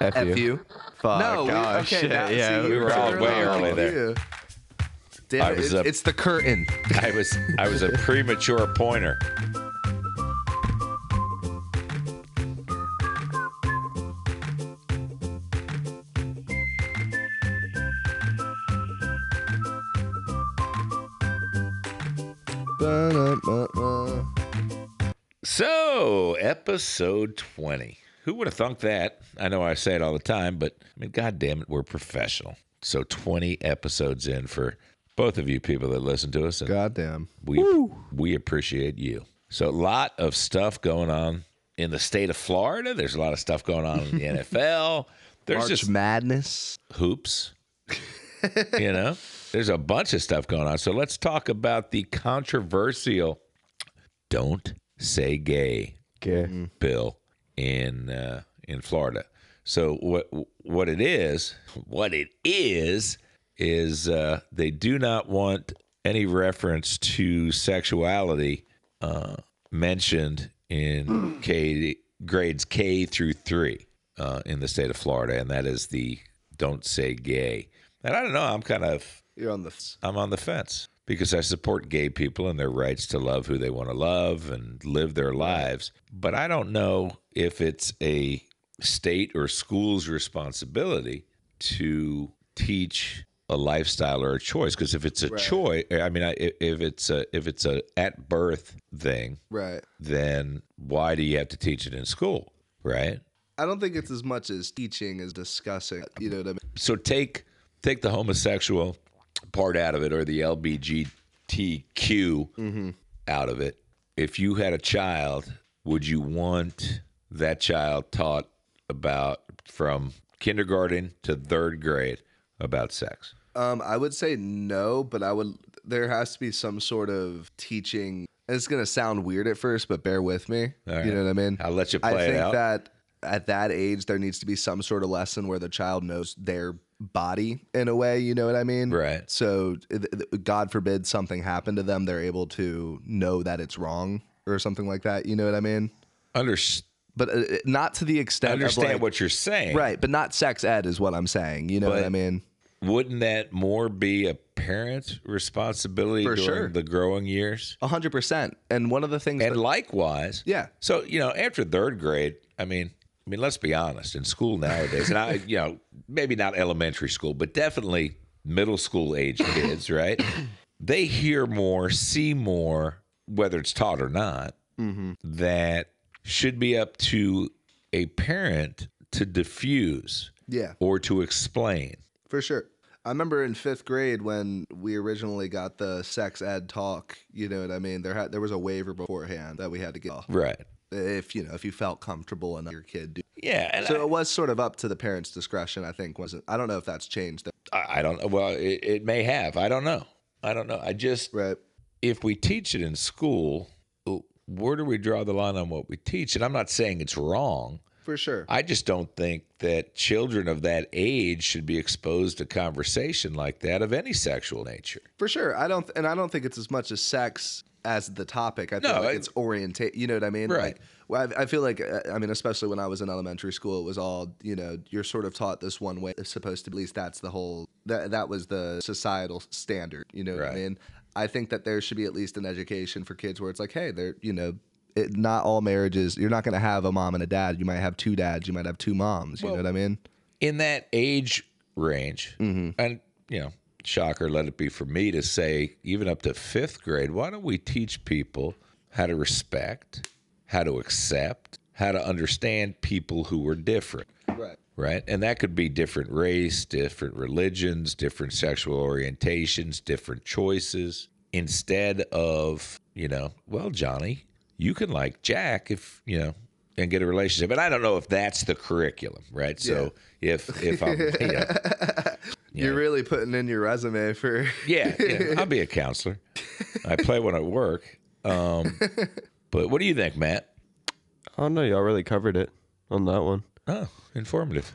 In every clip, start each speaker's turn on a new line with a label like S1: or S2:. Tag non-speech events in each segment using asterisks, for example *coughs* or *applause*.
S1: F,
S2: F
S1: you.
S2: you.
S1: Fuck.
S2: No, we-
S1: oh,
S2: okay,
S1: shit.
S2: now-
S1: yeah,
S2: see,
S1: we were
S2: you're
S1: all
S2: really
S1: way
S2: wrong.
S1: early there.
S2: Yeah. Damn
S3: I
S2: it,
S3: was
S2: it's,
S3: up-
S2: it's the curtain.
S3: I was I was a premature pointer.
S1: Ba-da-ba-ba.
S3: So, episode 20. Who would have thunk that? I know I say it all the time, but I mean, God damn it, we're professional. So, 20 episodes in for both of you people that listen to us. And
S1: Goddamn.
S3: we we appreciate you. So a lot of stuff going on in the state of Florida. There's a lot of stuff going on in the NFL. There's
S1: March
S3: just
S1: Madness.
S3: hoops. you know, there's a bunch of stuff going on. So let's talk about the controversial "Don't Say Gay"
S4: Okay.
S3: bill in uh, in Florida. So what what it is, what it is, is uh, they do not want any reference to sexuality uh, mentioned in K grades K through three uh, in the state of Florida, and that is the "Don't Say Gay." And I don't know, I'm kind of
S1: You're on the. F-
S3: I'm on the fence because I support gay people and their rights to love who they want to love and live their lives. But I don't know if it's a state or school's responsibility to teach a lifestyle or a choice because if it's a choice i mean I, if- if it's a if it's a at birth thing
S1: right.
S3: then why do you have to teach it in school right
S1: I don't think it's as much as teaching as discussing. You know what I mean?
S3: so take take the homosexual part out of it or the LBGTQ
S1: Mm-hmm.
S3: out of it. If you had a child, would you want that child taught about from kindergarten to third grade about sex?
S1: Um, I would say no, but I would. There has to be some sort of teaching. It's gonna sound weird at first, but bear with me.
S3: All right.
S1: You know what I mean?
S3: I'll let you
S1: I
S3: play it
S1: think
S3: out.
S1: that at that age, there needs to be some sort of lesson where the child knows their body in a way. You know what I mean?
S3: Right.
S1: So, th- th- God forbid something happened to them, they're able to know that it's wrong or something like that. You know what I mean?
S3: Under,
S1: But uh, uh, not to the extent.
S3: understand
S1: of like,
S3: what you're saying.
S1: Right, but not sex ed is what I'm saying. You know what
S3: But-
S1: I mean?
S3: Wouldn't that more be a parent's responsibility
S1: For
S3: during
S1: sure.
S3: the growing years?
S1: hundred percent. And one of the things
S3: And
S1: that,
S3: likewise,
S1: Yeah.
S3: So you know, after third grade, I mean, I mean, let's be honest. In school nowadays, and I, *laughs* you know, maybe not elementary school, but definitely middle school age kids, right? They hear more, see more, whether it's taught or not, that should be up to a parent to diffuse
S1: yeah,
S3: or to explain.
S1: for sure. I remember in fifth grade when we originally got the sex ed talk. You know what I mean? There had there was a waiver beforehand that we had to get off
S3: Right.
S1: if you know if you felt comfortable enough your kid. Do.
S3: Yeah. And
S1: So it was sort of up to the parents' discretion. I think wasn't. I don't know if that's changed.
S3: I, I don't. Well, it, it may have. I don't know. I don't know. I just.
S1: Right.
S3: if we teach it in school, where do we draw the line on what we teach? And I'm not saying it's wrong.
S1: For sure.
S3: I just don't think that children of that age should be exposed to conversation like that of any sexual nature.
S1: For sure. I don't, and I don't think it's as much as sex as the topic. I feel
S3: No,
S1: like
S3: it-
S1: it's orientate. You know what I mean?
S3: Right.
S1: Like, well, I, I feel like, uh, I mean, especially when I was in elementary school, it was all, you know, you're sort of taught this one way. It's supposed to, at least that's the whole, that, that was the societal standard. You know what I
S3: Right.
S1: mean? I think that there should be at least an education for kids where it's like, hey, they're, you know, it, not all marriages, you're not going to have a mom and a dad. You might have two dads. You might have two moms. You know what I mean?
S3: In that age range, and, you know, shocker, let it be for me to say, even up to fifth grade, why don't we teach people how to respect, how to accept, how to understand people who are different?
S1: Right.
S3: right? And that could be different race, different religions, different sexual orientations, different choices. Instead of, you know, well, Johnny, you can like Jack if, you know, and get a relationship. And I don't know if that's the curriculum, right? So if if I'm you know,
S1: You're really putting in your resume for, *laughs*
S3: yeah, yeah, I'll be a counselor. I play one at work. Um but what do you think, Matt?
S4: Oh no, y'all really covered it on that one.
S3: Oh, informative.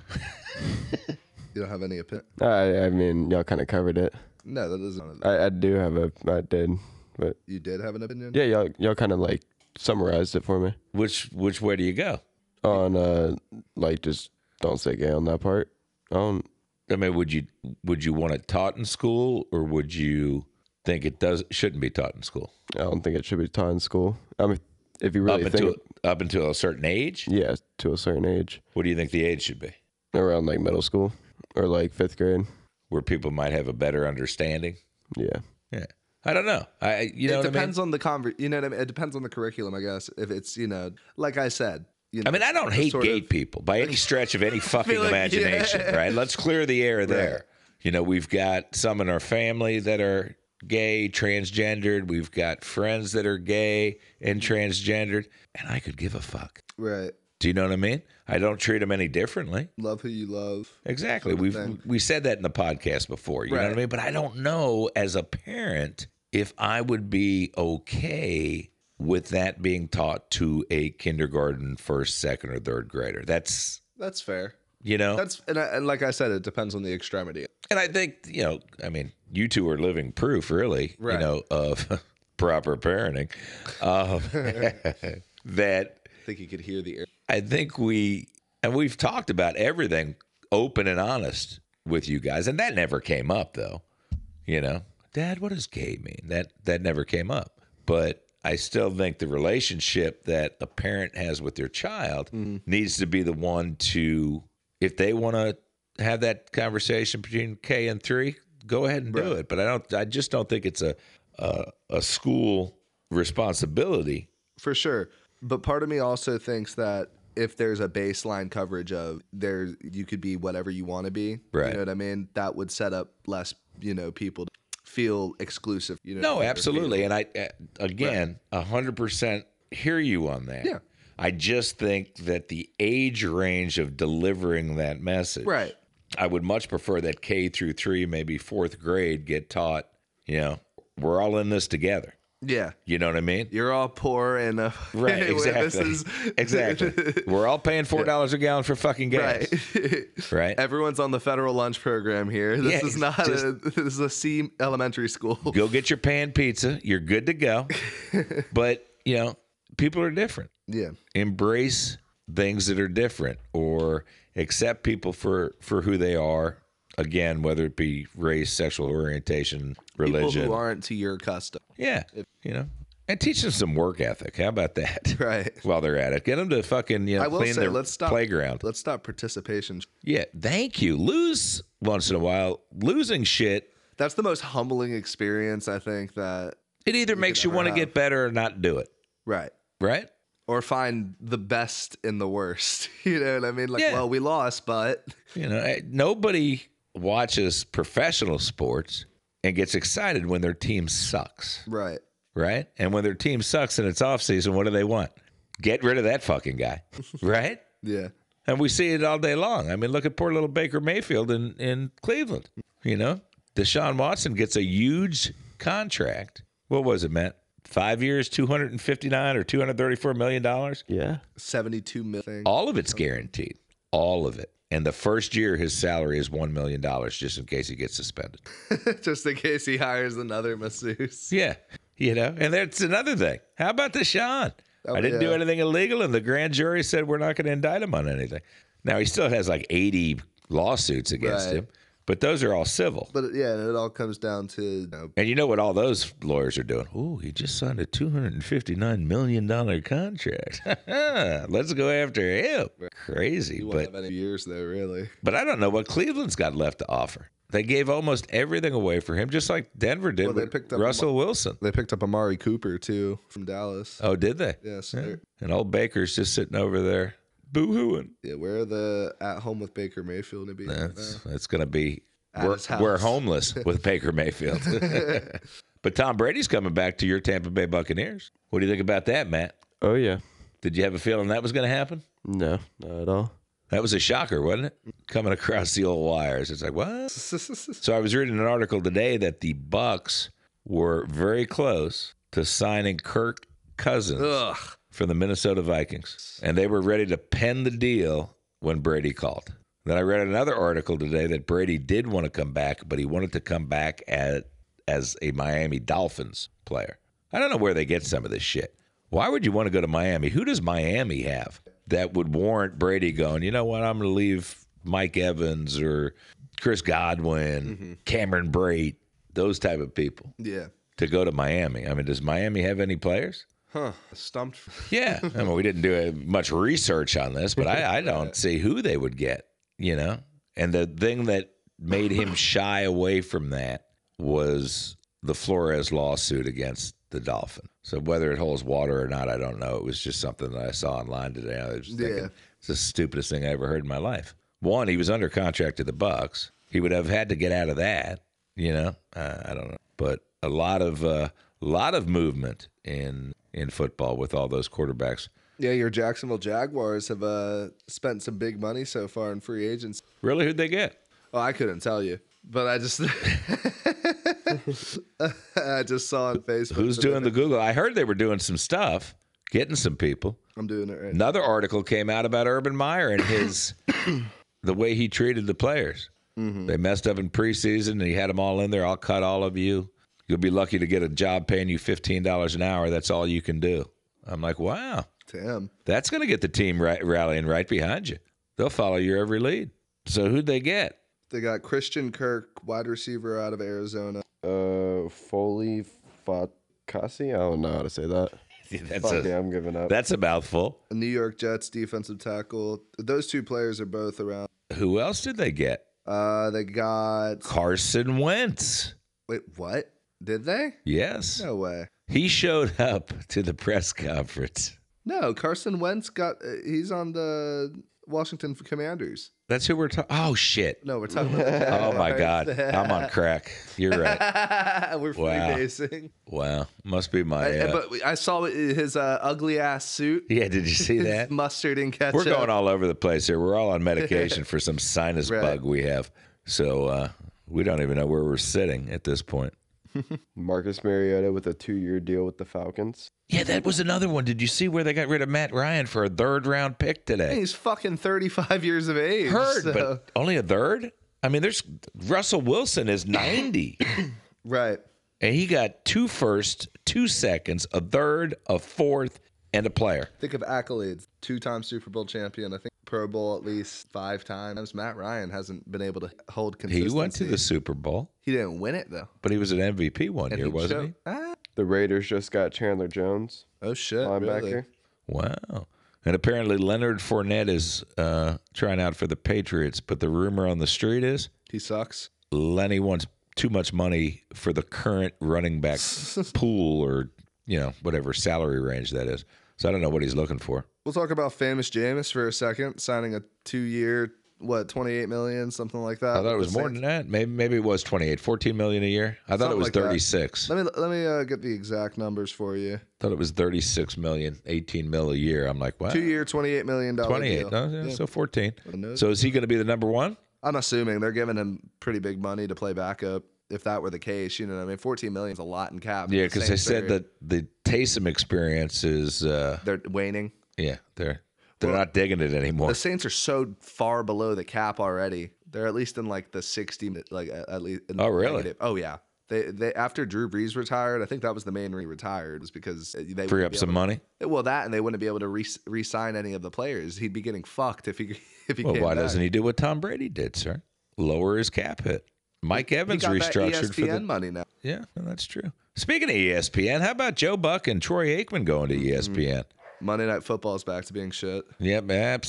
S1: you don't have any opinion.
S4: I I mean, y'all kind of covered it.
S1: No, that doesn't.
S4: I, I do have a I did, but
S1: You did have an opinion?
S4: yeah, y'all y'all kind of like summarized it for me
S3: Which which way do you go?
S4: on uh like just Don't say gay on that part. I don't.
S3: I mean, would you would you want it taught in school, or would you think it does shouldn't be taught in school
S4: I don't think it should be taught in school. I mean, if you really
S3: up
S4: think,
S3: until up until a certain age?
S4: yeah, to a certain age,
S3: What do you think the age should be,
S4: around like middle school or like fifth grade.
S3: where people might have a better understanding?
S4: Yeah,
S3: Yeah, I don't know. I- I you know
S1: it
S3: what I mean?
S1: depends on the conver- you know what I mean? It depends on the curriculum, I guess. If it's, you know, like I said, you know,
S3: I mean, I don't
S1: the
S3: hate
S1: sort
S3: gay
S1: of-
S3: people by any stretch of *laughs* any fucking
S1: like, yeah.
S3: imagination, right? Let's clear the air there. You know, we've got some in our family that are gay, transgendered. We've got friends that are gay and transgendered, and I could give a fuck.
S1: right.
S3: Do you know what I mean? I don't treat them any differently.
S1: Love who you love.
S3: Exactly.
S1: Sort of
S3: We've
S1: thing.
S3: we said that in the podcast before. You know what I
S1: Right.
S3: mean? But I don't know as a parent if I would be okay with that being taught to a kindergarten, first, second, or third grader. That's
S1: That's fair.
S3: you know,
S1: That's and, I, and like I said, it depends on the extremity.
S3: and I think you know. I mean, you two are living proof, really. You
S1: Right.
S3: know of *laughs* proper parenting. Um, *laughs* that
S1: I think you could hear the air.
S3: I think we and we've talked about everything open and honest with you guys, and that never came up though. You know, Dad, what does gay mean? That that never came up. But I still think the relationship that a parent has with their child needs to be the one to, if they want to have that conversation between K and three, go ahead and do it. But I don't. I just don't think it's a a, a school responsibility.
S1: for sure. But part of me also thinks that if there's a baseline coverage of there, you could be whatever you want to be.
S3: Right.
S1: You know what I mean? That would set up less, you know, people to feel exclusive. You know.
S3: No,
S1: or
S3: absolutely. And I, uh, again, a 100% hear you on that.
S1: Yeah.
S3: I just think that the age range of delivering that message,
S1: feel- Right.
S3: I would much prefer that K through three, maybe fourth grade, get taught, you know, we're all in this together.
S1: Yeah.
S3: You know what
S1: *laughs*
S3: I mean?
S1: You're all poor and uh, *laughs*
S3: Right.
S1: this
S3: Exactly.
S1: is-
S3: *laughs*
S1: *laughs*
S3: exactly. We're all paying $4 a gallon for fucking gas.
S1: Right.
S3: Right.
S1: *laughs* Everyone's on the federal lunch program here. This
S3: Yeah,
S1: is not a, *laughs* this is a C elementary school.
S3: Go get your pan pizza. You're good to go. but, you know, people are different.
S1: *laughs* Yeah.
S3: embrace things that are different or accept people for for who they are again whether it be race sexual orientation
S1: People
S3: religion
S1: who aren't to your custom.
S3: yeah you know and teach them some work ethic how about that
S1: Right.
S3: *laughs* while they're at it get them to fucking you know
S1: I will
S3: clean
S1: say,
S3: their
S1: let's stop.
S3: playground
S1: Let's stop participation.
S3: yeah thank you lose once in a while losing shit
S1: That's the most humbling experience I think that
S3: it either makes you
S1: ever
S3: want to
S1: have.
S3: get better or not do it
S1: right
S3: right
S1: or find the best in the worst. *laughs* You know what I mean? Like,
S3: Yeah.
S1: well, we lost, but
S3: You know, eh, nobody watches professional sports and gets excited when their team sucks,
S1: right.
S3: right? And when their team sucks and it's off season, what do they want? Get rid of that fucking guy, *laughs* right?
S1: Yeah.
S3: And we see it all day long. I mean, look at poor little Baker Mayfield in, in Cleveland. You know, Deshaun Watson gets a huge contract. What was it, Matt? Five years, two hundred and fifty nine or two hundred thirty four million dollars.
S4: yeah.
S1: 72 million. *laughs*
S3: All of it's guaranteed. All of it. And the first year, his salary is $1 million just in case he gets suspended.
S1: Just in case he hires another masseuse.
S3: Yeah. You know, and that's another thing. How about Deshaun?
S1: Oh,
S3: I didn't do
S1: yeah.
S3: anything illegal, and the grand jury said we're not going to indict him on anything. Now, he still has like 80 lawsuits against
S1: Right.
S3: him, but those are all civil.
S1: But yeah, it all comes down to you know,
S3: And you know what all those lawyers are doing? Oh, he just signed a $259 million contract. *laughs* Let's go after him. Crazy.
S1: you
S3: but
S1: won't have any years though, really.
S3: But I don't know what Cleveland's got left to offer. They gave almost everything away for him, just like Denver did
S1: Well, they
S3: with
S1: picked up
S3: Russell Wilson.
S1: They picked up Amari Cooper too from Dallas.
S3: Oh, did they?
S1: Yeah, so they're-
S3: And old Baker's just sitting over there boo-hooing.
S1: yeah, where are the at home with Baker Mayfield to be? at
S3: That's that's gonna be
S1: Uh-huh. At
S3: we're,
S1: his house.
S3: we're homeless with
S1: *laughs*
S3: Baker Mayfield. but Tom Brady's coming back to your Tampa Bay Buccaneers. What do you think about that, Matt?
S4: Oh yeah.
S3: Did you have a feeling that was gonna happen?
S4: No, not at all.
S3: That was a shocker, wasn't it? Coming across the old wires. It's like, what?
S1: now?
S3: So I was reading an article today that the Bucks were very close to signing Kirk Cousins
S1: *laughs* Ugh.
S3: from the Minnesota Vikings, and they were ready to pen the deal when Brady called. Then I read another article today that Brady did want to come back, but he wanted to come back at, as a Miami Dolphins player. I don't know where they get some of this shit. Why would you want to go to Miami? Who does Miami have? that would warrant Brady going, you know what, I'm going to leave Mike Evans or Chris Godwin, Cameron Brate, those type of people
S1: Yeah.
S3: to go to Miami. I mean, does Miami have any players?
S1: Huh. Stumped.
S3: Yeah. *laughs* I mean, we didn't do uh, much research on this, but I, I don't see who they would get, you know? And the thing that made him shy away from that was the Flores lawsuit against the Dolphin. So whether it holds water or not, I don't know. It was just something that I saw online today. I was just thinking,
S1: Yeah.
S3: it's the stupidest thing I ever heard in my life. One, he was under contract to the Bucks. He would have had to get out of that, you know. Uh, I don't know, but a lot of a lot of movement in in football with all those quarterbacks.
S1: Yeah, your Jacksonville Jaguars have uh, spent some big money so far in free agents.
S3: Really, who'd they get?
S1: Oh, I couldn't tell you, but I just *laughs* I just saw on Facebook.
S3: Who's
S1: today.
S3: doing the Google? I heard they were doing some stuff, getting some people.
S1: I'm doing it right.
S3: Another article came out about Urban Meyer and his *coughs* the way he treated the players.
S4: Mm-hmm.
S3: They messed up in preseason, and he had them all in there. I'll cut all of you. You'll be lucky to get a job paying you fifteen dollars an hour. That's all you can do. I'm like, wow,
S1: Damn.
S3: that's going to get the team right, rallying right behind you. They'll follow your every lead. So who'd they get?
S1: They got Christian Kirk, wide receiver out of Arizona.
S4: Uh, Foley Fakasi. I don't know how to say that.
S3: That's
S4: Fuck *laughs* yeah,
S3: a
S4: I'm giving up.
S3: that's a mouthful.
S1: New York Jets defensive tackle. Those two players are both around.
S3: Who else did they get?
S1: Uh, they got
S3: Carson Wentz.
S1: wait, what? Did they?
S3: Yes,
S1: No way.
S3: he showed up to the press conference.
S1: No, Carson Wentz got. Uh, he's on the Washington Commanders.
S3: That's who we're talking. Oh shit!
S1: No, we're talking. About the
S3: *laughs* Oh my god, I'm on crack. You're right.
S1: *laughs* We're
S3: Wow.
S1: freebasing.
S3: Wow, must be my.
S1: I-
S3: uh,
S1: But we- I saw his uh, ugly ass suit,
S3: yeah, did you see
S1: his
S3: that?
S1: mustard and ketchup.
S3: We're going all over the place here. We're all on
S1: *laughs*
S3: medication for some sinus
S1: Right.
S3: bug we have, so uh, we don't even know where we're sitting at this point.
S4: Marcus Mariota with a two-year deal with the Falcons.
S3: Yeah, that was another one. Did you see where they got rid of Matt Ryan for a third round pick today?
S1: He's fucking 35 years of age.
S3: Heard,
S1: so-
S3: but only a third. I mean, there's Russell Wilson
S1: *laughs*
S3: is 90.
S1: right.
S3: and he got two first, two seconds, a third, a fourth, and a player.
S1: Think of accolades. Two-time Super Bowl champion. I think Pro Bowl at least five times. Matt Ryan hasn't been able to hold
S3: He
S1: consistency.
S3: went to the Super Bowl,
S1: He didn't win it though.
S3: but he was an MVP one year, wasn't he?
S1: Ah,
S4: The Raiders just got Chandler Jones,
S1: oh shit!
S4: linebacker.
S1: Really?
S3: Wow. And apparently Leonard Fournette is uh, trying out for the Patriots, but the rumor on the street is
S1: He sucks.
S3: Lenny wants too much money for the current running *laughs* back pool or, you know, whatever salary range that is. So I don't know what he's looking for.
S1: We'll talk about famous Jameis for a second, signing a two-year, what, 28 million, something like that.
S3: I thought it was more than Oh, that. Maybe maybe it was 28, 14 million a year. I thought it
S1: Something
S3: was
S1: like that.
S3: 36.
S1: Let me let me uh, get the exact numbers for you.
S3: thought it was 36 million, 18 mil a year. I'm like, wow.
S1: Two year, twenty eight million dollar
S3: 28.
S1: deal.
S3: No, yeah, So 14.
S1: know.
S3: So is he going to be the number one?
S1: I'm assuming they're giving him pretty big money to play backup. If that were the case, you know, what I mean, fourteen million is a lot in cap.
S3: Yeah,
S1: for the
S3: because
S1: same
S3: they said
S1: period.
S3: that the Taysom experience is, uh,
S1: they're waning.
S3: yeah, they're they're not digging it anymore.
S1: The Saints are so far below the cap already. They're at least in like the sixty, like at at least. in
S3: Oh, really?
S1: negative. Oh yeah. They they after Drew Brees retired, I think that was the main reason he retired was because they wouldn't
S3: Free
S1: be
S3: up some
S1: able-
S3: money.
S1: Well, that and they wouldn't be able to re re-sign any of the players. He'd be getting fucked if he *laughs* if he
S3: Well,
S1: came
S3: why
S1: back.
S3: doesn't he do what Tom Brady did, sir? Lower his cap hit. Mike
S1: He
S3: Evans
S1: got that E
S3: restructured for
S1: ESPN
S3: the.
S1: money now.
S3: Yeah, well, that's true. Speaking of E ESPN, how about Joe Buck and Troy Aikman going to
S1: Mm-hmm.
S3: E ESPN?
S1: Monday Night Football's back to being shit.
S3: Yep,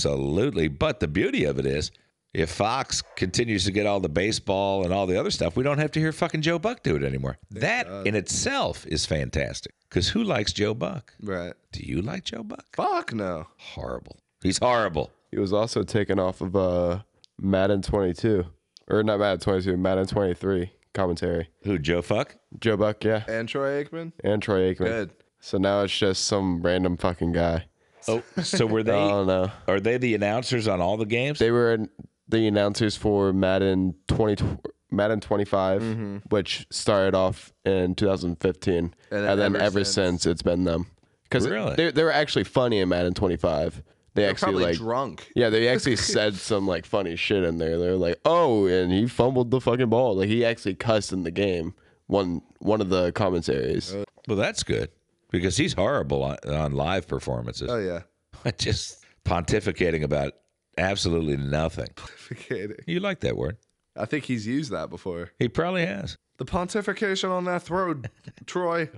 S3: absolutely. But the beauty of it is, if Fox continues to get all the baseball and all the other stuff, we don't have to hear fucking Joe Buck do it anymore. that in itself is fantastic. Because who likes Joe Buck?
S1: Right.
S3: Do you like Joe Buck?
S1: Fuck no.
S3: Horrible. He's horrible.
S4: He was also taken off of uh, Madden 22, or not Madden 22, Madden 23 commentary.
S3: Who, Joe Fuck?
S4: Joe Buck, yeah,
S1: And Troy Aikman?
S4: and Troy Aikman.
S1: Good.
S4: So now it's just some random fucking guy.
S3: Oh, so were
S4: I
S3: they?
S4: don't know.
S3: Are they the announcers on all the games?
S4: They were in- the announcers for Madden 20, Madden 25, which started off in 2015,
S1: And
S4: and,
S1: then
S4: then
S1: ever
S4: ever,
S1: since-
S4: since. it's been them. Because
S3: Really?
S4: they, they were actually funny in Madden 25. They
S1: They're
S4: actually
S1: probably
S4: like
S1: drunk.
S4: Yeah, *laughs* they actually said some like funny shit in there. They're like, "Oh, and he fumbled the fucking ball." Like he actually cussed in the game. One one of the commentaries.
S3: well, that's good because he's horrible on, on live performances.
S1: Oh yeah. *laughs*
S3: I just pontificating about absolutely nothing.
S1: Pontificating.
S3: You like that word?
S1: I think he's used that before.
S3: He probably has.
S1: The pontification on that throne, Troy.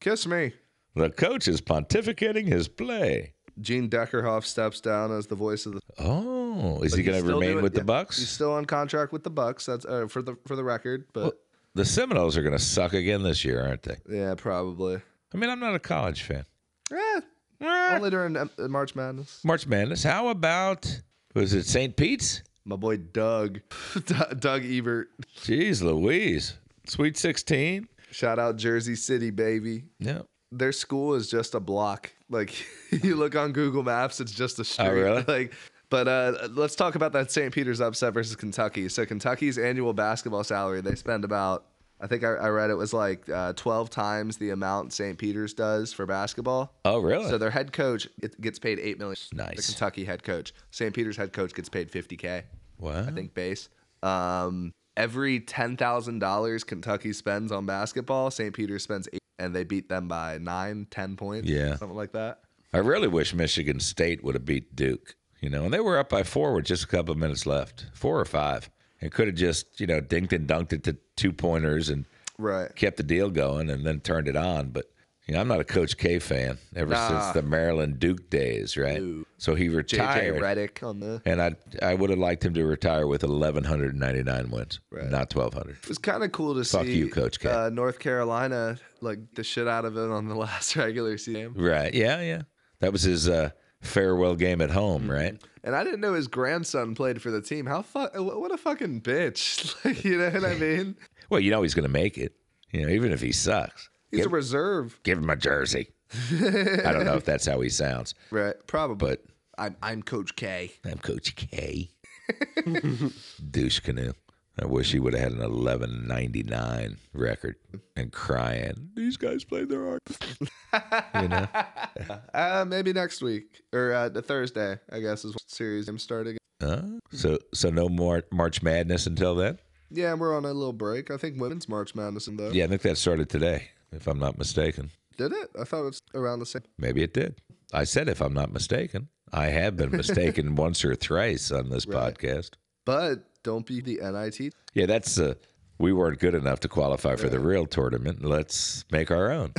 S1: Kiss me.
S3: The coach is pontificating his play.
S1: Gene Deckerhoff steps down as the voice of the.
S3: Oh, is he
S1: He's
S3: going to
S1: still
S3: remain
S1: doing-
S3: with
S1: yeah,
S3: the Bucks?
S1: He's still on contract with the Bucks. That's uh, for the for the record, but
S3: the Seminoles are going to suck again this year, aren't they?
S1: yeah, probably.
S3: I mean, I'm not a college fan.
S1: Eh, only during uh, March Madness.
S3: March Madness. How about was it St. Pete's?
S1: My boy Doug, *laughs* D- Doug Ebert.
S3: Jeez, Louise, Sweet 16.
S1: Shout out Jersey City, baby.
S3: Yeah.
S1: Their school is just a block. Like *laughs* you look on Google Maps, it's just a street.
S3: Oh, really?
S1: Like, but uh, let's talk about that St. Peter's upset versus Kentucky. So Kentucky's annual basketball salary they spend about. I think I, I read it was like uh, 12 times the amount St. Peter's does for basketball.
S3: Oh, really?
S1: So their head coach it gets paid eight million. The
S3: Nice.
S1: Kentucky head coach, St. Peter's head coach gets paid fifty k.
S3: wow.
S1: I think base. Um, every ten thousand dollars Kentucky spends on basketball, St. Peter's spends eight, and they beat them by nine, ten points.
S3: Yeah.
S1: something like that.
S3: I really wish Michigan State would have beat Duke. You know, and they were up by four with just a couple of minutes left, four or five, and could have just you know dinked and dunked it to two pointers and
S1: Right.
S3: kept the deal going and then turned it on. But you know, I'm not a Coach K fan ever
S1: Nah.
S3: since the Maryland Duke days, right?
S1: Ooh.
S3: So he retired.
S1: JJ Redick on the.
S3: And I I would have liked him to retire with 1,199 wins,
S1: Right.
S3: not 1,200.
S1: It was kind of cool to
S3: Fuck
S1: see
S3: you, Coach K.
S1: Uh, North Carolina like the shit out of it on the *laughs* last regular season.
S3: Right. Yeah, yeah. That was his uh, farewell game at home, right?
S1: And I didn't know his grandson played for the team. How fuck? What a fucking bitch! *laughs* Like, you know
S3: *laughs*
S1: what I mean?
S3: Well, you know he's going to make it, you know, even if he sucks.
S1: He's
S3: Give,
S1: a reserve.
S3: give him a jersey. I don't know if that's how he sounds,
S1: Right, probably.
S3: but
S1: I'm I'm Coach K.
S3: I'm Coach K. Douche canoe. I wish he would have had an 1199 record and crying. These guys played their art.
S1: Uh, maybe next week or uh, the Thursday, I guess is when the series I'm starting.
S3: Huh? So, so no more March Madness until then.
S1: Yeah, and we're on a little break. I think Women's March Madness though.
S3: Yeah, I think that started today, if I'm not mistaken.
S1: Did it? I thought it was around the same.
S3: Maybe it did. I said, if I'm not mistaken, I have been mistaken once or thrice on this
S1: Right.
S3: podcast.
S1: But don't be the NIT.
S3: Yeah, that's uh, we weren't good enough to qualify for the real tournament. Let's make our own.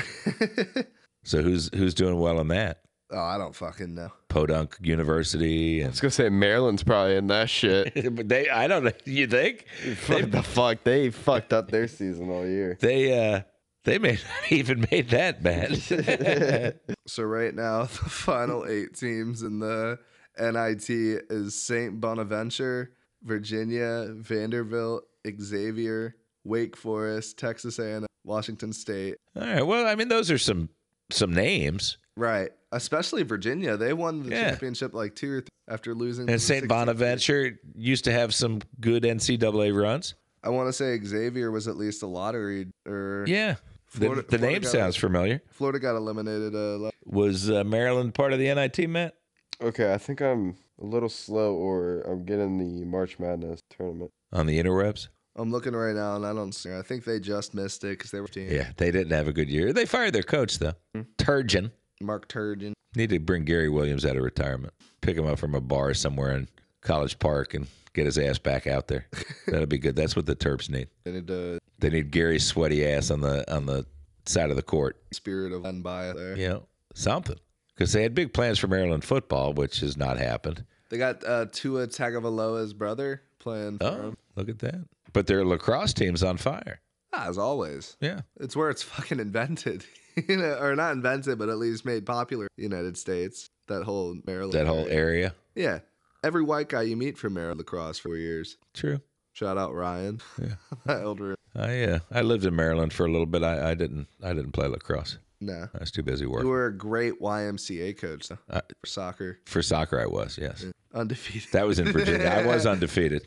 S3: so who's who's doing well in that?
S1: Oh, I don't fucking know.
S3: Podunk University and *laughs*
S4: was gonna say Maryland's probably in that *laughs* shit.
S3: but they I don't know. *laughs* You think
S4: what the fuck? They fucked up their season all year.
S3: they uh they may not *laughs* even made that bad. *laughs*
S1: So right now, *laughs* the final eight teams in the NIT is Saint Bonaventure, Virginia, Vanderbilt, Xavier, Wake Forest, Texas A&M, Washington State.
S3: All right. Well, I mean those are some some names.
S1: Right, especially Virginia. They won the
S3: Yeah.
S1: championship like two or three after losing.
S3: And
S1: to
S3: St.
S1: 16.
S3: Bonaventure used to have some good NCAA runs.
S1: I want to say Xavier was at least a lottery or
S3: Yeah.
S1: Florida-
S3: the the
S1: Florida
S3: name
S1: got it.
S3: sounds familiar.
S1: Florida got eliminated. Uh, la-
S3: Was uh, Maryland part of the NIT, Matt?
S4: Okay, I think I'm a little slow, or I'm getting the March Madness tournament.
S3: On the interwebs?
S1: I'm looking right now and I don't see. I think they just missed it because they were team.
S3: Yeah, Hmm. they didn't have a good year. They fired their coach, though. Turgeon.
S1: Mark Turgeon.
S3: Need to bring Gary Williams out of retirement. Pick him up from a bar somewhere in College Park and get his ass back out *laughs* there. That'll be good. That's what the Terps need.
S1: They uh, need to
S3: They need Gary's sweaty ass on the on the side of the court.
S1: spirit of unbiased there.
S3: You know, something. Because they had big plans for Maryland football, which has not happened.
S1: They got uh, Tua Tagovailoa's brother playing. for 'em.
S3: Oh, look at that. But their lacrosse team's on fire.
S1: Ah, as always,
S3: Yeah.
S1: it's where it's *laughs* fucking invented, you know, or not invented, but at least made popular. in the United States. That whole Maryland.
S3: That whole area.
S1: Yeah, every white guy you meet from Maryland lacrosse for years.
S3: True.
S1: Shout out Ryan, *laughs*
S3: Yeah.
S1: my elder.
S3: I uh, I lived in Maryland for a little bit. I, I didn't I didn't play lacrosse.
S1: Nah.
S3: I was too busy working.
S1: You were a great YMCA coach though,
S3: Uh,
S1: for soccer,
S3: For soccer, I was yes.
S1: undefeated.
S3: That was in Virginia. I was undefeated.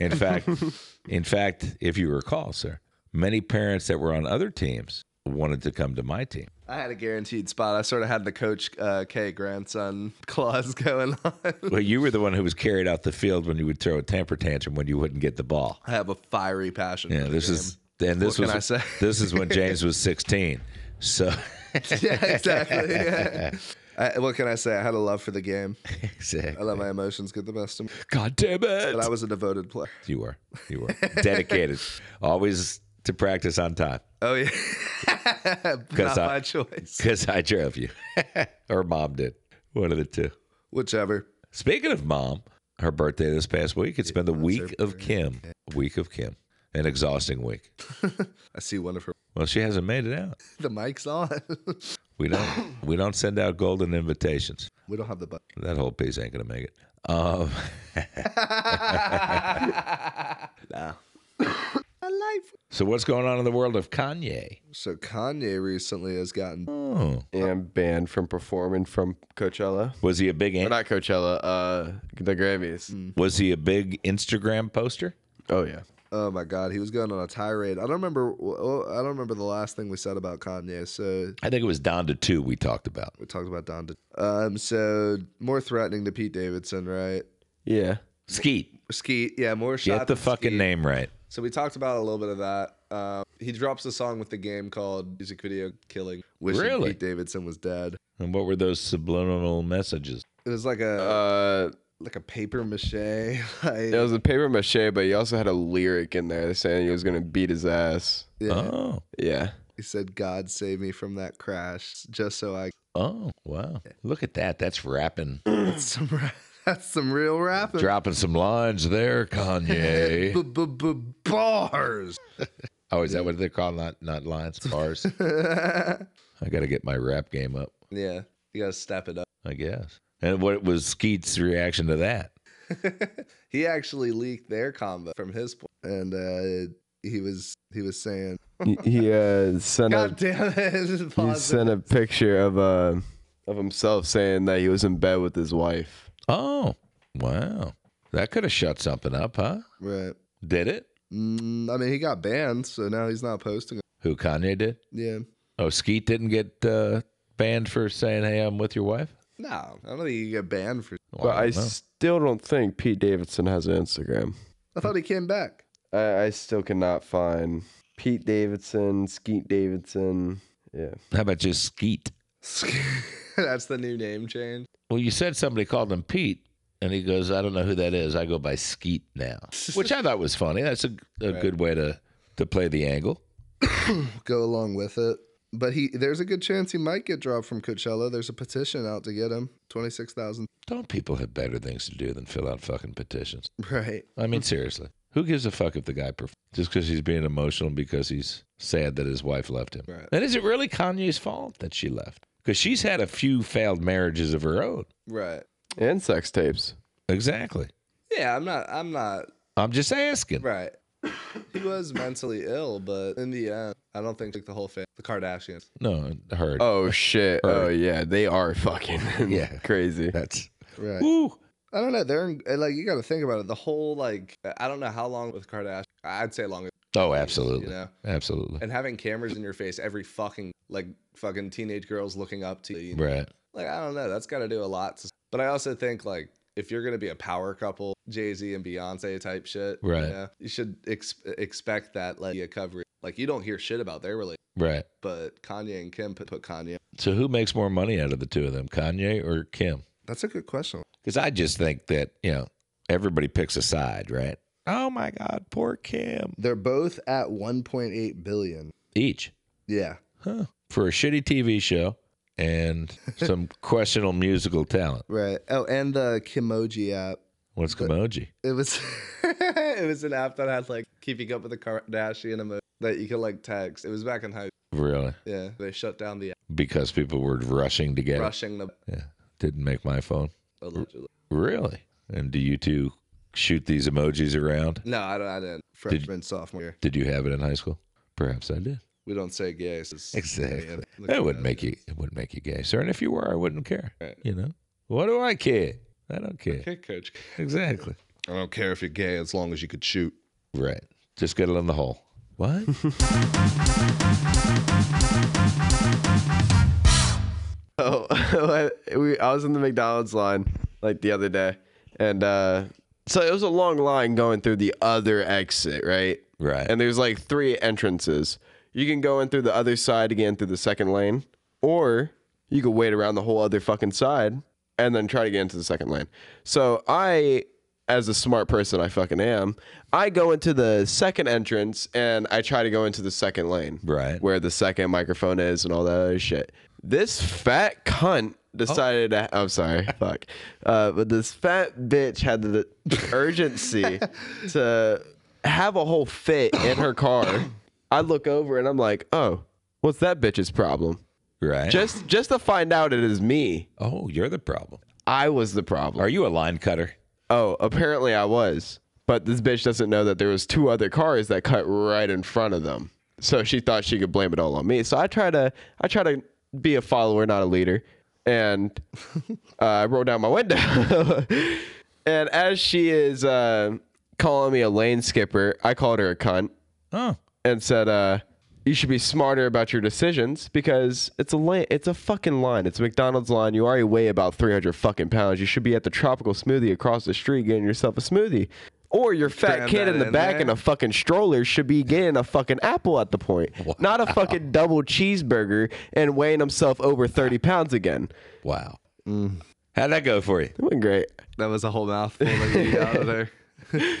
S3: In fact, in fact, if you recall, sir, many parents that were on other teams wanted to come to my team.
S1: *laughs* I had a guaranteed spot. I sort of had the coach uh, K grandson *laughs* clause going on. *laughs*
S3: Well, you were the one who was carried out the field when you would throw a temper tantrum when you wouldn't get the ball.
S1: I have a fiery passion.
S3: Yeah,
S1: for
S3: this
S1: the *laughs*
S3: is and this
S1: What
S3: was
S1: can I say? *laughs*
S3: this is when James was sixteen. So
S1: game. yeah, exactly. Yeah. I, what can I say? I had a love for the game. I
S3: Exactly.
S1: let my emotions get the best of me.
S3: God damn it.
S1: But I was a devoted player.
S3: You were. You were. Dedicated. Always to practice on time.
S1: Oh yeah, *laughs* not
S3: I-
S1: my choice.
S3: Because I drove you. or mom did. One of the two.
S1: Whichever.
S3: Speaking of mom, her birthday this past week. It's been the week of Kim. Week of Kim. An exhausting week.
S1: I see one of her.
S3: Well, she hasn't made it out.
S1: The mic's on. *laughs*
S3: We don't we don't send out golden invitations.
S1: we don't have the button.
S3: That whole piece ain't gonna make it. Um,
S1: I like.
S3: so what's going on in the world of Kanye?
S1: So Kanye recently has gotten.
S3: Oh,
S4: And banned from performing from Coachella.
S3: was he a big
S4: Or not Coachella, uh, the Grammys.
S3: was he a big Instagram poster?
S4: Oh, yeah.
S1: Oh my God, he was going on a tirade. I don't remember. Oh, I don't remember the last thing we said about Kanye. So
S3: I think it was down to two we talked about.
S1: we talked about Don. Um. So more threatening to Pete Davidson, right?
S4: Yeah.
S3: Skeet,
S1: Skeet. Yeah. More shot.
S3: get the
S1: than
S3: fucking
S1: Skeet.
S3: name right.
S1: So we talked about a little bit of that. Uh, he drops a song with the game called Music Video Killing. Wishing
S3: Really?
S1: Pete Davidson was dead.
S3: And what were those subliminal messages?
S1: It was like a
S4: Uh,
S1: like a paper mache. *laughs* like-
S4: it was a paper mache, but he also had a lyric in there saying he was going to beat his ass.
S1: yeah.
S3: Oh,
S4: Yeah.
S1: He said, "God save me from that crash," just so I
S3: oh, wow! Look at that. That's rapping,
S1: that's some *laughs* ra- that's some real rapping.
S3: dropping some lines there, *laughs* Kanye.
S1: Bars. *laughs*
S3: Oh, is that what they call not not lines bars?
S1: yeah,
S3: I got to get my rap game up,
S1: you gotta step it up. *laughs*
S3: I guess. And what was Skeet's reaction to that?
S1: He actually leaked their combo from his point, and uh, he was he was saying,
S4: He, he uh, sent
S1: "God damn it!" *laughs*
S4: He
S1: Pause it.
S4: sent a picture of uh of himself saying that he was in bed with his wife.
S3: Oh, wow! That could have shut something up, huh?
S1: Right.
S3: Did it?
S1: Mm, I mean, he got banned, so now he's not posting.
S3: Who Kanye did?
S1: Yeah.
S3: Oh, Skeet didn't get uh, banned for saying, "Hey, I'm with your wife."
S1: No, I don't think you get banned for.
S3: Well,
S4: But I,
S3: don't know.
S4: still don't think Pete Davidson has an Instagram.
S1: I thought he came back. *laughs*
S4: I, I still cannot find Pete Davidson, Skeet Davidson. Yeah.
S3: how about just Skeet?
S1: That's the new name change.
S3: Well, you said somebody called him Pete, and he goes, "I don't know who that is. I go by Skeet now," which I thought was funny. That's a, a good way to to play the angle.
S1: Go along with it. But he, there's a good chance he might get dropped from Coachella. There's a petition out to get him. Twenty six thousand. *laughs*
S3: Don't people have better things to do than fill out fucking petitions?
S1: Right.
S3: I mean, seriously, who gives a fuck if the guy perf- just because he's being emotional and because he's sad that his wife left him? *laughs*
S1: Right.
S3: And is it really Kanye's fault that she left? Because she's had a few failed marriages of her own.
S1: Right.
S4: And sex tapes.
S3: Exactly.
S1: Yeah, I'm not. I'm not.
S3: I'm just asking.
S1: Right. He was mentally ill, but in the end, I don't think like the whole family, the Kardashians.
S3: No, her.
S4: Oh shit.
S3: Or-
S4: Oh yeah, they are fucking *laughs*
S3: Yeah.
S4: crazy.
S3: That's
S1: Right.
S3: woo.
S1: I don't know. They're in, eh, like you got to think about it. The whole like I don't know how long with Kardashian. I'd say longer.
S3: Oh, absolutely,
S1: You know.
S3: absolutely.
S1: and having cameras in your face every fucking like fucking teenage girls looking up to you
S3: Right.
S1: like i don't know that's got to do a lot to, but i also think like if you're gonna be a power couple jay-z and beyonce type shit
S3: Right.
S1: you, know, you should ex- expect that like a coverage like you don't hear shit about their relationship
S3: Right.
S1: but kanye and kim put, put kanye
S3: So who makes more money out of the two of them, Kanye or Kim?
S1: that's a good question
S3: Because I just think that you know everybody picks a side, right? Oh my God, poor Kim.
S1: they're both at 1.8 billion
S3: Each.
S1: yeah
S3: huh, for a shitty TV show and some questionable musical talent.
S1: right oh and the kimoji app
S3: What's Kimoji?
S1: It was *laughs* it was an app that had like keeping up with the Kardashian emoji that you could like text. It was back in high.
S3: Really?
S1: Yeah, they shut down the app,
S3: Because people were rushing to get it.
S1: rushing the
S3: Yeah. Didn't make my phone.
S1: allegedly.
S3: Really? And do you two shoot these emojis around?
S1: No, I don't. I didn't. Freshman, sophomore year,
S3: Did you have it in high school? Perhaps I did.
S1: we don't say gay. so it's- yeah, look
S3: That
S1: at
S3: wouldn't make you. It wouldn't make you gay, sir. And if you were, I wouldn't care. You know. What do I care? I don't care.
S1: Okay, coach.
S3: Exactly.
S1: I don't care if you're gay as long as you could shoot.
S3: Right. Just get it in the hole. What?
S4: Oh, *laughs* I- we, I was in the McDonald's line like the other day, and uh, so it was a long line going through the other exit, right?
S3: *laughs* Right.
S4: And there's like three entrances. You can go in through the other side again through the second lane, or you could wait around the whole other fucking side and then try to get into the second lane. So I, as a smart person I fucking am, I go into the second entrance and I try to go into the second lane.
S3: Right.
S4: Where the second microphone is and all that other shit. This fat cunt decided to, I'm sorry, fuck. Uh, but this fat bitch had the urgency to have a whole fit in her car. I look over and I'm like, oh, what's that bitch's problem?
S3: Right.
S4: Just just to find out it is me.
S3: oh, you're the problem.
S4: I was the problem.
S3: Are you a line cutter?
S4: Oh, apparently I was. But this bitch doesn't know that there was two other cars that cut right in front of them. So she thought she could blame it all on me. So I try to I try to be a follower, not a leader. And uh, I roll down my window. *laughs* and as she is uh, calling me a lane skipper, I called her a cunt
S3: Oh,
S4: and said, uh, "You should be smarter about your decisions because it's a la- it's a fucking line. It's a McDonald's line. You already weigh about 300 fucking pounds. You should be at the tropical smoothie across the street getting yourself a smoothie." Or your fat
S1: Cram
S4: kid
S1: that
S4: in the
S1: in
S4: back
S1: there.
S4: in a fucking stroller should be getting a fucking apple at the point, not a fucking double cheeseburger and weighing himself over 30 pounds again.
S3: wow.
S4: Mm.
S3: How'd that go for you?
S4: It went great.
S1: That was a whole mouthful that you got out of
S3: *laughs*
S1: there.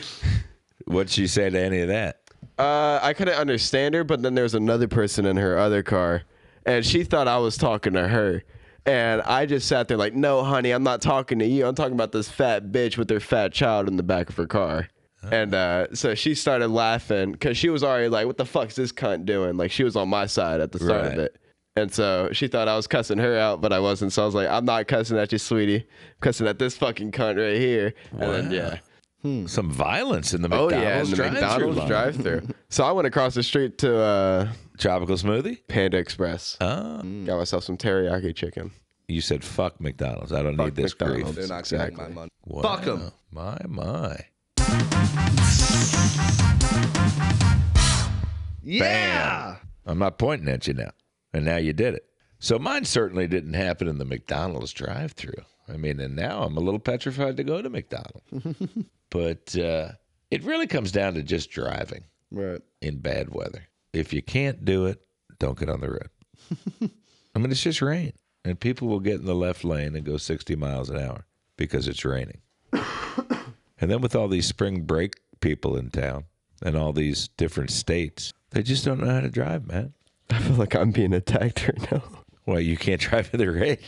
S3: What'd she say to any of that?
S4: Uh, I couldn't understand her, but then there was another person in her other car, and she thought I was talking to her. And I just sat there like, no, honey, I'm not talking to you. I'm talking about this fat bitch with her fat child in the back of her car.
S3: Oh.
S4: And uh, so she started laughing because she was already like, what the fuck's this cunt doing? Like, she was on my side at the start of
S3: Right.
S4: it. And so she thought I was cussing her out, but I wasn't. So I was like, I'm not cussing at you, sweetie. I'm cussing at this fucking cunt right here. And then,
S3: Wow.
S4: yeah.
S3: Some violence in the
S4: Hmm. Oh
S3: McDonald's
S4: yeah, in the
S3: drive-thru
S4: McDonald's
S3: line.
S4: drive-through. *laughs* so I went across the street to uh,
S3: Tropical smoothie?
S4: Panda Express.
S3: Oh,
S4: Got myself some teriyaki chicken. *laughs*
S3: you said fuck McDonald's. I don't need this
S4: McDonald's.
S3: grief.
S1: They're not
S4: Exactly.
S1: getting my money.
S3: Wow.
S1: Fuck 'em.
S3: My, my.
S1: Yeah.
S3: I'm not pointing at you now. And now you did it. So mine certainly didn't happen in the McDonald's drive thru. I mean, and now I'm a little petrified to go to McDonald's. but uh, it really comes down to just driving
S1: Right.
S3: in bad weather. If you can't do it, don't get on the road. I mean, it's just rain. And people will get in the left lane and go 60 miles an hour because it's raining. and then with all these spring break people in town and all these different states, they just don't know how to drive, man.
S4: I feel like I'm being attacked right now.
S3: Well, you can't drive at the *laughs* rain.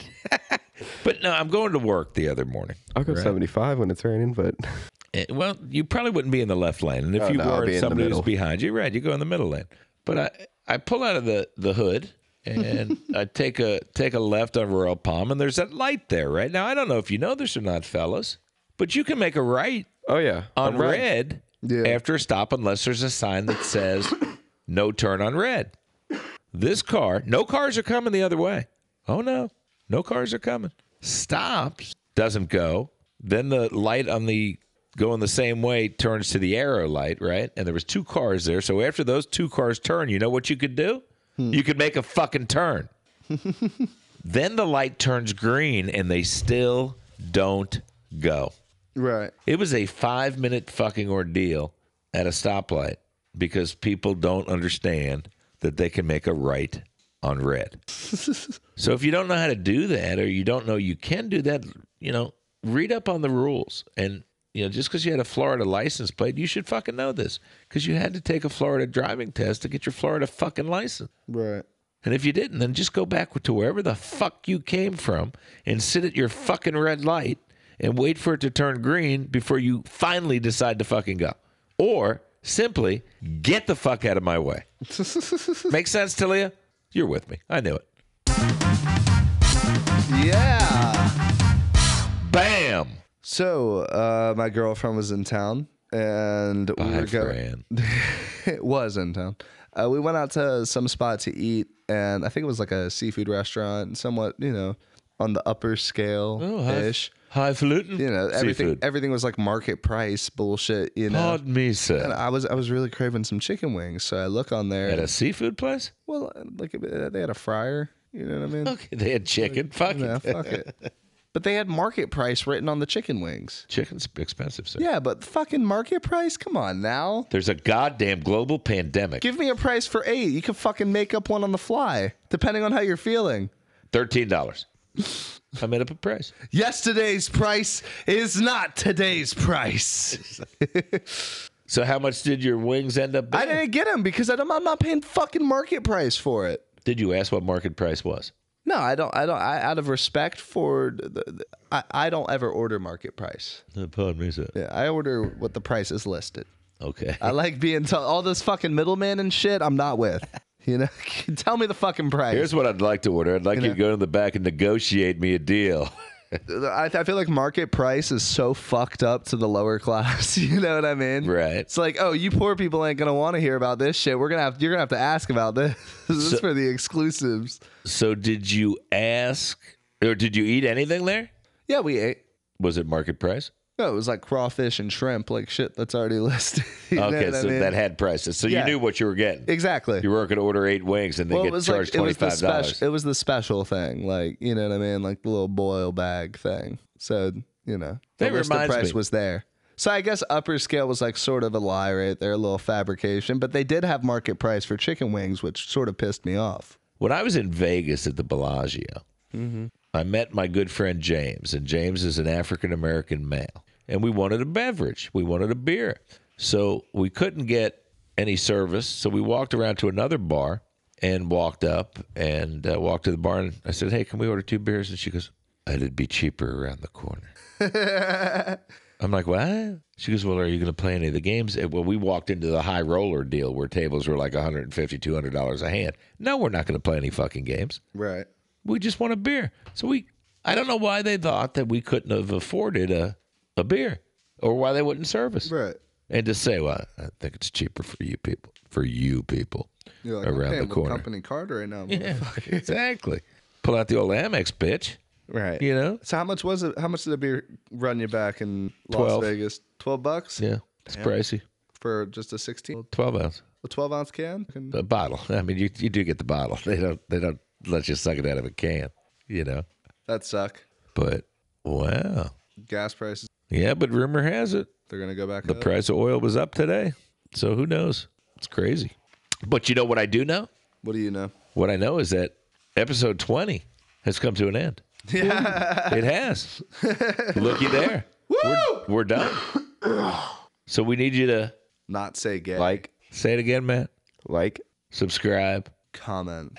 S3: but no, I'm going to work the other morning.
S4: I'll go 75 when it's raining, but *laughs*
S3: Eh, Well, you probably wouldn't be in the left lane, and if
S4: Oh,
S3: you
S4: no, I'll
S3: were,
S4: be in the
S3: it's somebody who's
S4: middle.
S3: behind you, right? You go in the middle lane. But I, I pull out of the the hood *laughs* and I take a take a left on Royal Palm, and there's that light there, right? Now I don't know if you know this or not, fellas, but you can make a right
S4: oh yeah,
S3: on
S4: I'm right.
S3: red
S1: Yeah.
S3: after a stop unless there's a sign that says *coughs* no turn on red. This car, no cars are coming the other way. Oh no, no cars are coming. Stops, doesn't go. Then the light on the going the same way turns to the arrow light, right? And there was two cars there. So after those two cars turn, you know what you could do? You could make a fucking turn. then the light turns green and they still don't go.
S1: Right.
S3: It was a five minute fucking ordeal at a stoplight because people don't understand that they can make a right on red. so if you don't know how to do that or you don't know you can do that, you know, read up on the rules. And, you know, just because you had a Florida license plate, you should fucking know this because you had to take a Florida driving test to get your Florida fucking license.
S1: Right. *laughs*
S3: And if you didn't, then just go back to wherever the fuck you came from and sit at your fucking red light and wait for it to turn green before you finally decide to fucking go. Or simply get the fuck out of
S1: *laughs*
S3: my way. Make sense, Talia? You're with me. I knew it.
S1: Yeah.
S3: Bam!
S1: So, uh, my girlfriend was in town and we
S3: Hi,
S1: were going.
S3: Fran.
S1: it *laughs* was in town. Uh, we went out to some spot to eat, and I think it was like a seafood restaurant, somewhat, you know, on the upper scale ish.
S3: Highfalutin.
S1: You know, everything
S3: Oh, Seafood.
S1: everything was like market price bullshit. *laughs* You know,
S3: Pardon me, sir.
S1: and I was I was really craving some chicken wings, so I look on there.
S3: At a seafood place?
S1: well, like uh, they had a fryer. You know what I mean?
S3: Okay, they had chicken. Fuck
S1: Yeah,
S3: it.
S1: fuck it. But they had market price written on the chicken wings.
S3: Chicken's expensive, sir.
S1: Yeah, but fucking market price? Come on now.
S3: There's a goddamn global pandemic.
S1: Give me a price for eight. You can fucking make up one on the fly, depending on how you're feeling. *laughs*
S3: Thirteen dollars. I made up a price.
S1: Yesterday's price is not today's price.
S3: So how much did your wings end up? Being?
S1: I didn't get them because I don't, I'm not paying fucking market price for it.
S3: Did you ask what market price was?
S1: No, I don't. I don't. I, out of respect for, the, the- I, I don't ever order market price.
S3: Pardon me, sir.
S1: Yeah, I order what the price is listed.
S3: Okay.
S1: I like being told all this fucking middleman and shit. I'm not with. You know, *laughs* tell me the fucking price.
S3: Here's what I'd like to order. I'd like you to go in the back and negotiate me a deal.
S1: I, I feel like market price is so fucked up to the lower *laughs* class. You know what I mean?
S3: *laughs* Right.
S1: It's like, oh, you poor people ain't gonna want to hear about this shit. We're gonna have you're gonna have to ask about this. *laughs* this is for the exclusives.
S3: So did you ask or did you eat anything there?
S1: Yeah, we ate.
S3: Was it market price?
S1: No, it was like crawfish and shrimp, like shit that's already *laughs* listed. You know
S3: Okay,
S1: what I
S3: so
S1: mean?
S3: that had prices. So
S1: Yeah.
S3: you knew what you were getting.
S1: exactly.
S3: You weren't going to order eight wings and then
S1: well, it
S3: get
S1: was like
S3: charged
S1: it was the
S3: twenty five dollars.
S1: special. It was the special thing, like you know what I mean, like the little boil bag thing. So you know,
S3: That
S1: at least the
S3: reminds
S1: price
S3: me.
S1: was there. So I guess upper scale was like sort of a lie right there, a little fabrication. But they did have market price for chicken wings, which sort of pissed me off.
S3: When I was in Vegas at the Bellagio, I met my good friend James, and James is an African American male. And we wanted a beverage, we wanted a beer. So we couldn't get any service. So we walked around to another bar and walked up and uh, walked to the bar. And I said, Hey, can we order two beers? And she goes, It'd be cheaper around the corner. I'm like, what? She goes, well, are you going to play any of the games? And, Well, we walked into the high roller deal where tables were like $150, $200 a hand. No, we're not going to play any fucking games.
S1: Right.
S3: We just want a beer. So we, I don't know why they thought that we couldn't have afforded a, a beer or why they wouldn't serve us.
S1: Right.
S3: And to say, well, I think it's cheaper for you people, for you people
S1: You're like
S3: around the corner.
S1: company card right now.
S3: Yeah, *laughs* exactly. Pull out the old Amex, bitch.
S1: Right.
S3: You know?
S1: So how much was it? How much did the beer run you back in
S3: Twelve.
S1: Las Vegas? Twelve bucks
S3: Yeah. It's pricey.
S1: for just a sixteen,
S3: 12 ounce.
S1: a twelve ounce can. Can-
S3: the bottle. *laughs* I mean, you you do get the bottle. *laughs* They don't they don't let you suck it out of a can, you know.
S1: That suck.
S3: But wow,
S1: Gas prices.
S3: yeah. But rumor has it
S1: They're gonna go back
S3: the
S1: up.
S3: price of oil was up today, so who knows? It's crazy. But you know what I do know?
S1: what do you know?
S3: What I know is that episode twenty has come to an end. Yeah, it has. Looky there. We're, we're done. So we need you to
S1: Not say gay.
S4: Like,
S3: say it again, Matt.
S4: like.
S3: Subscribe.
S1: comment.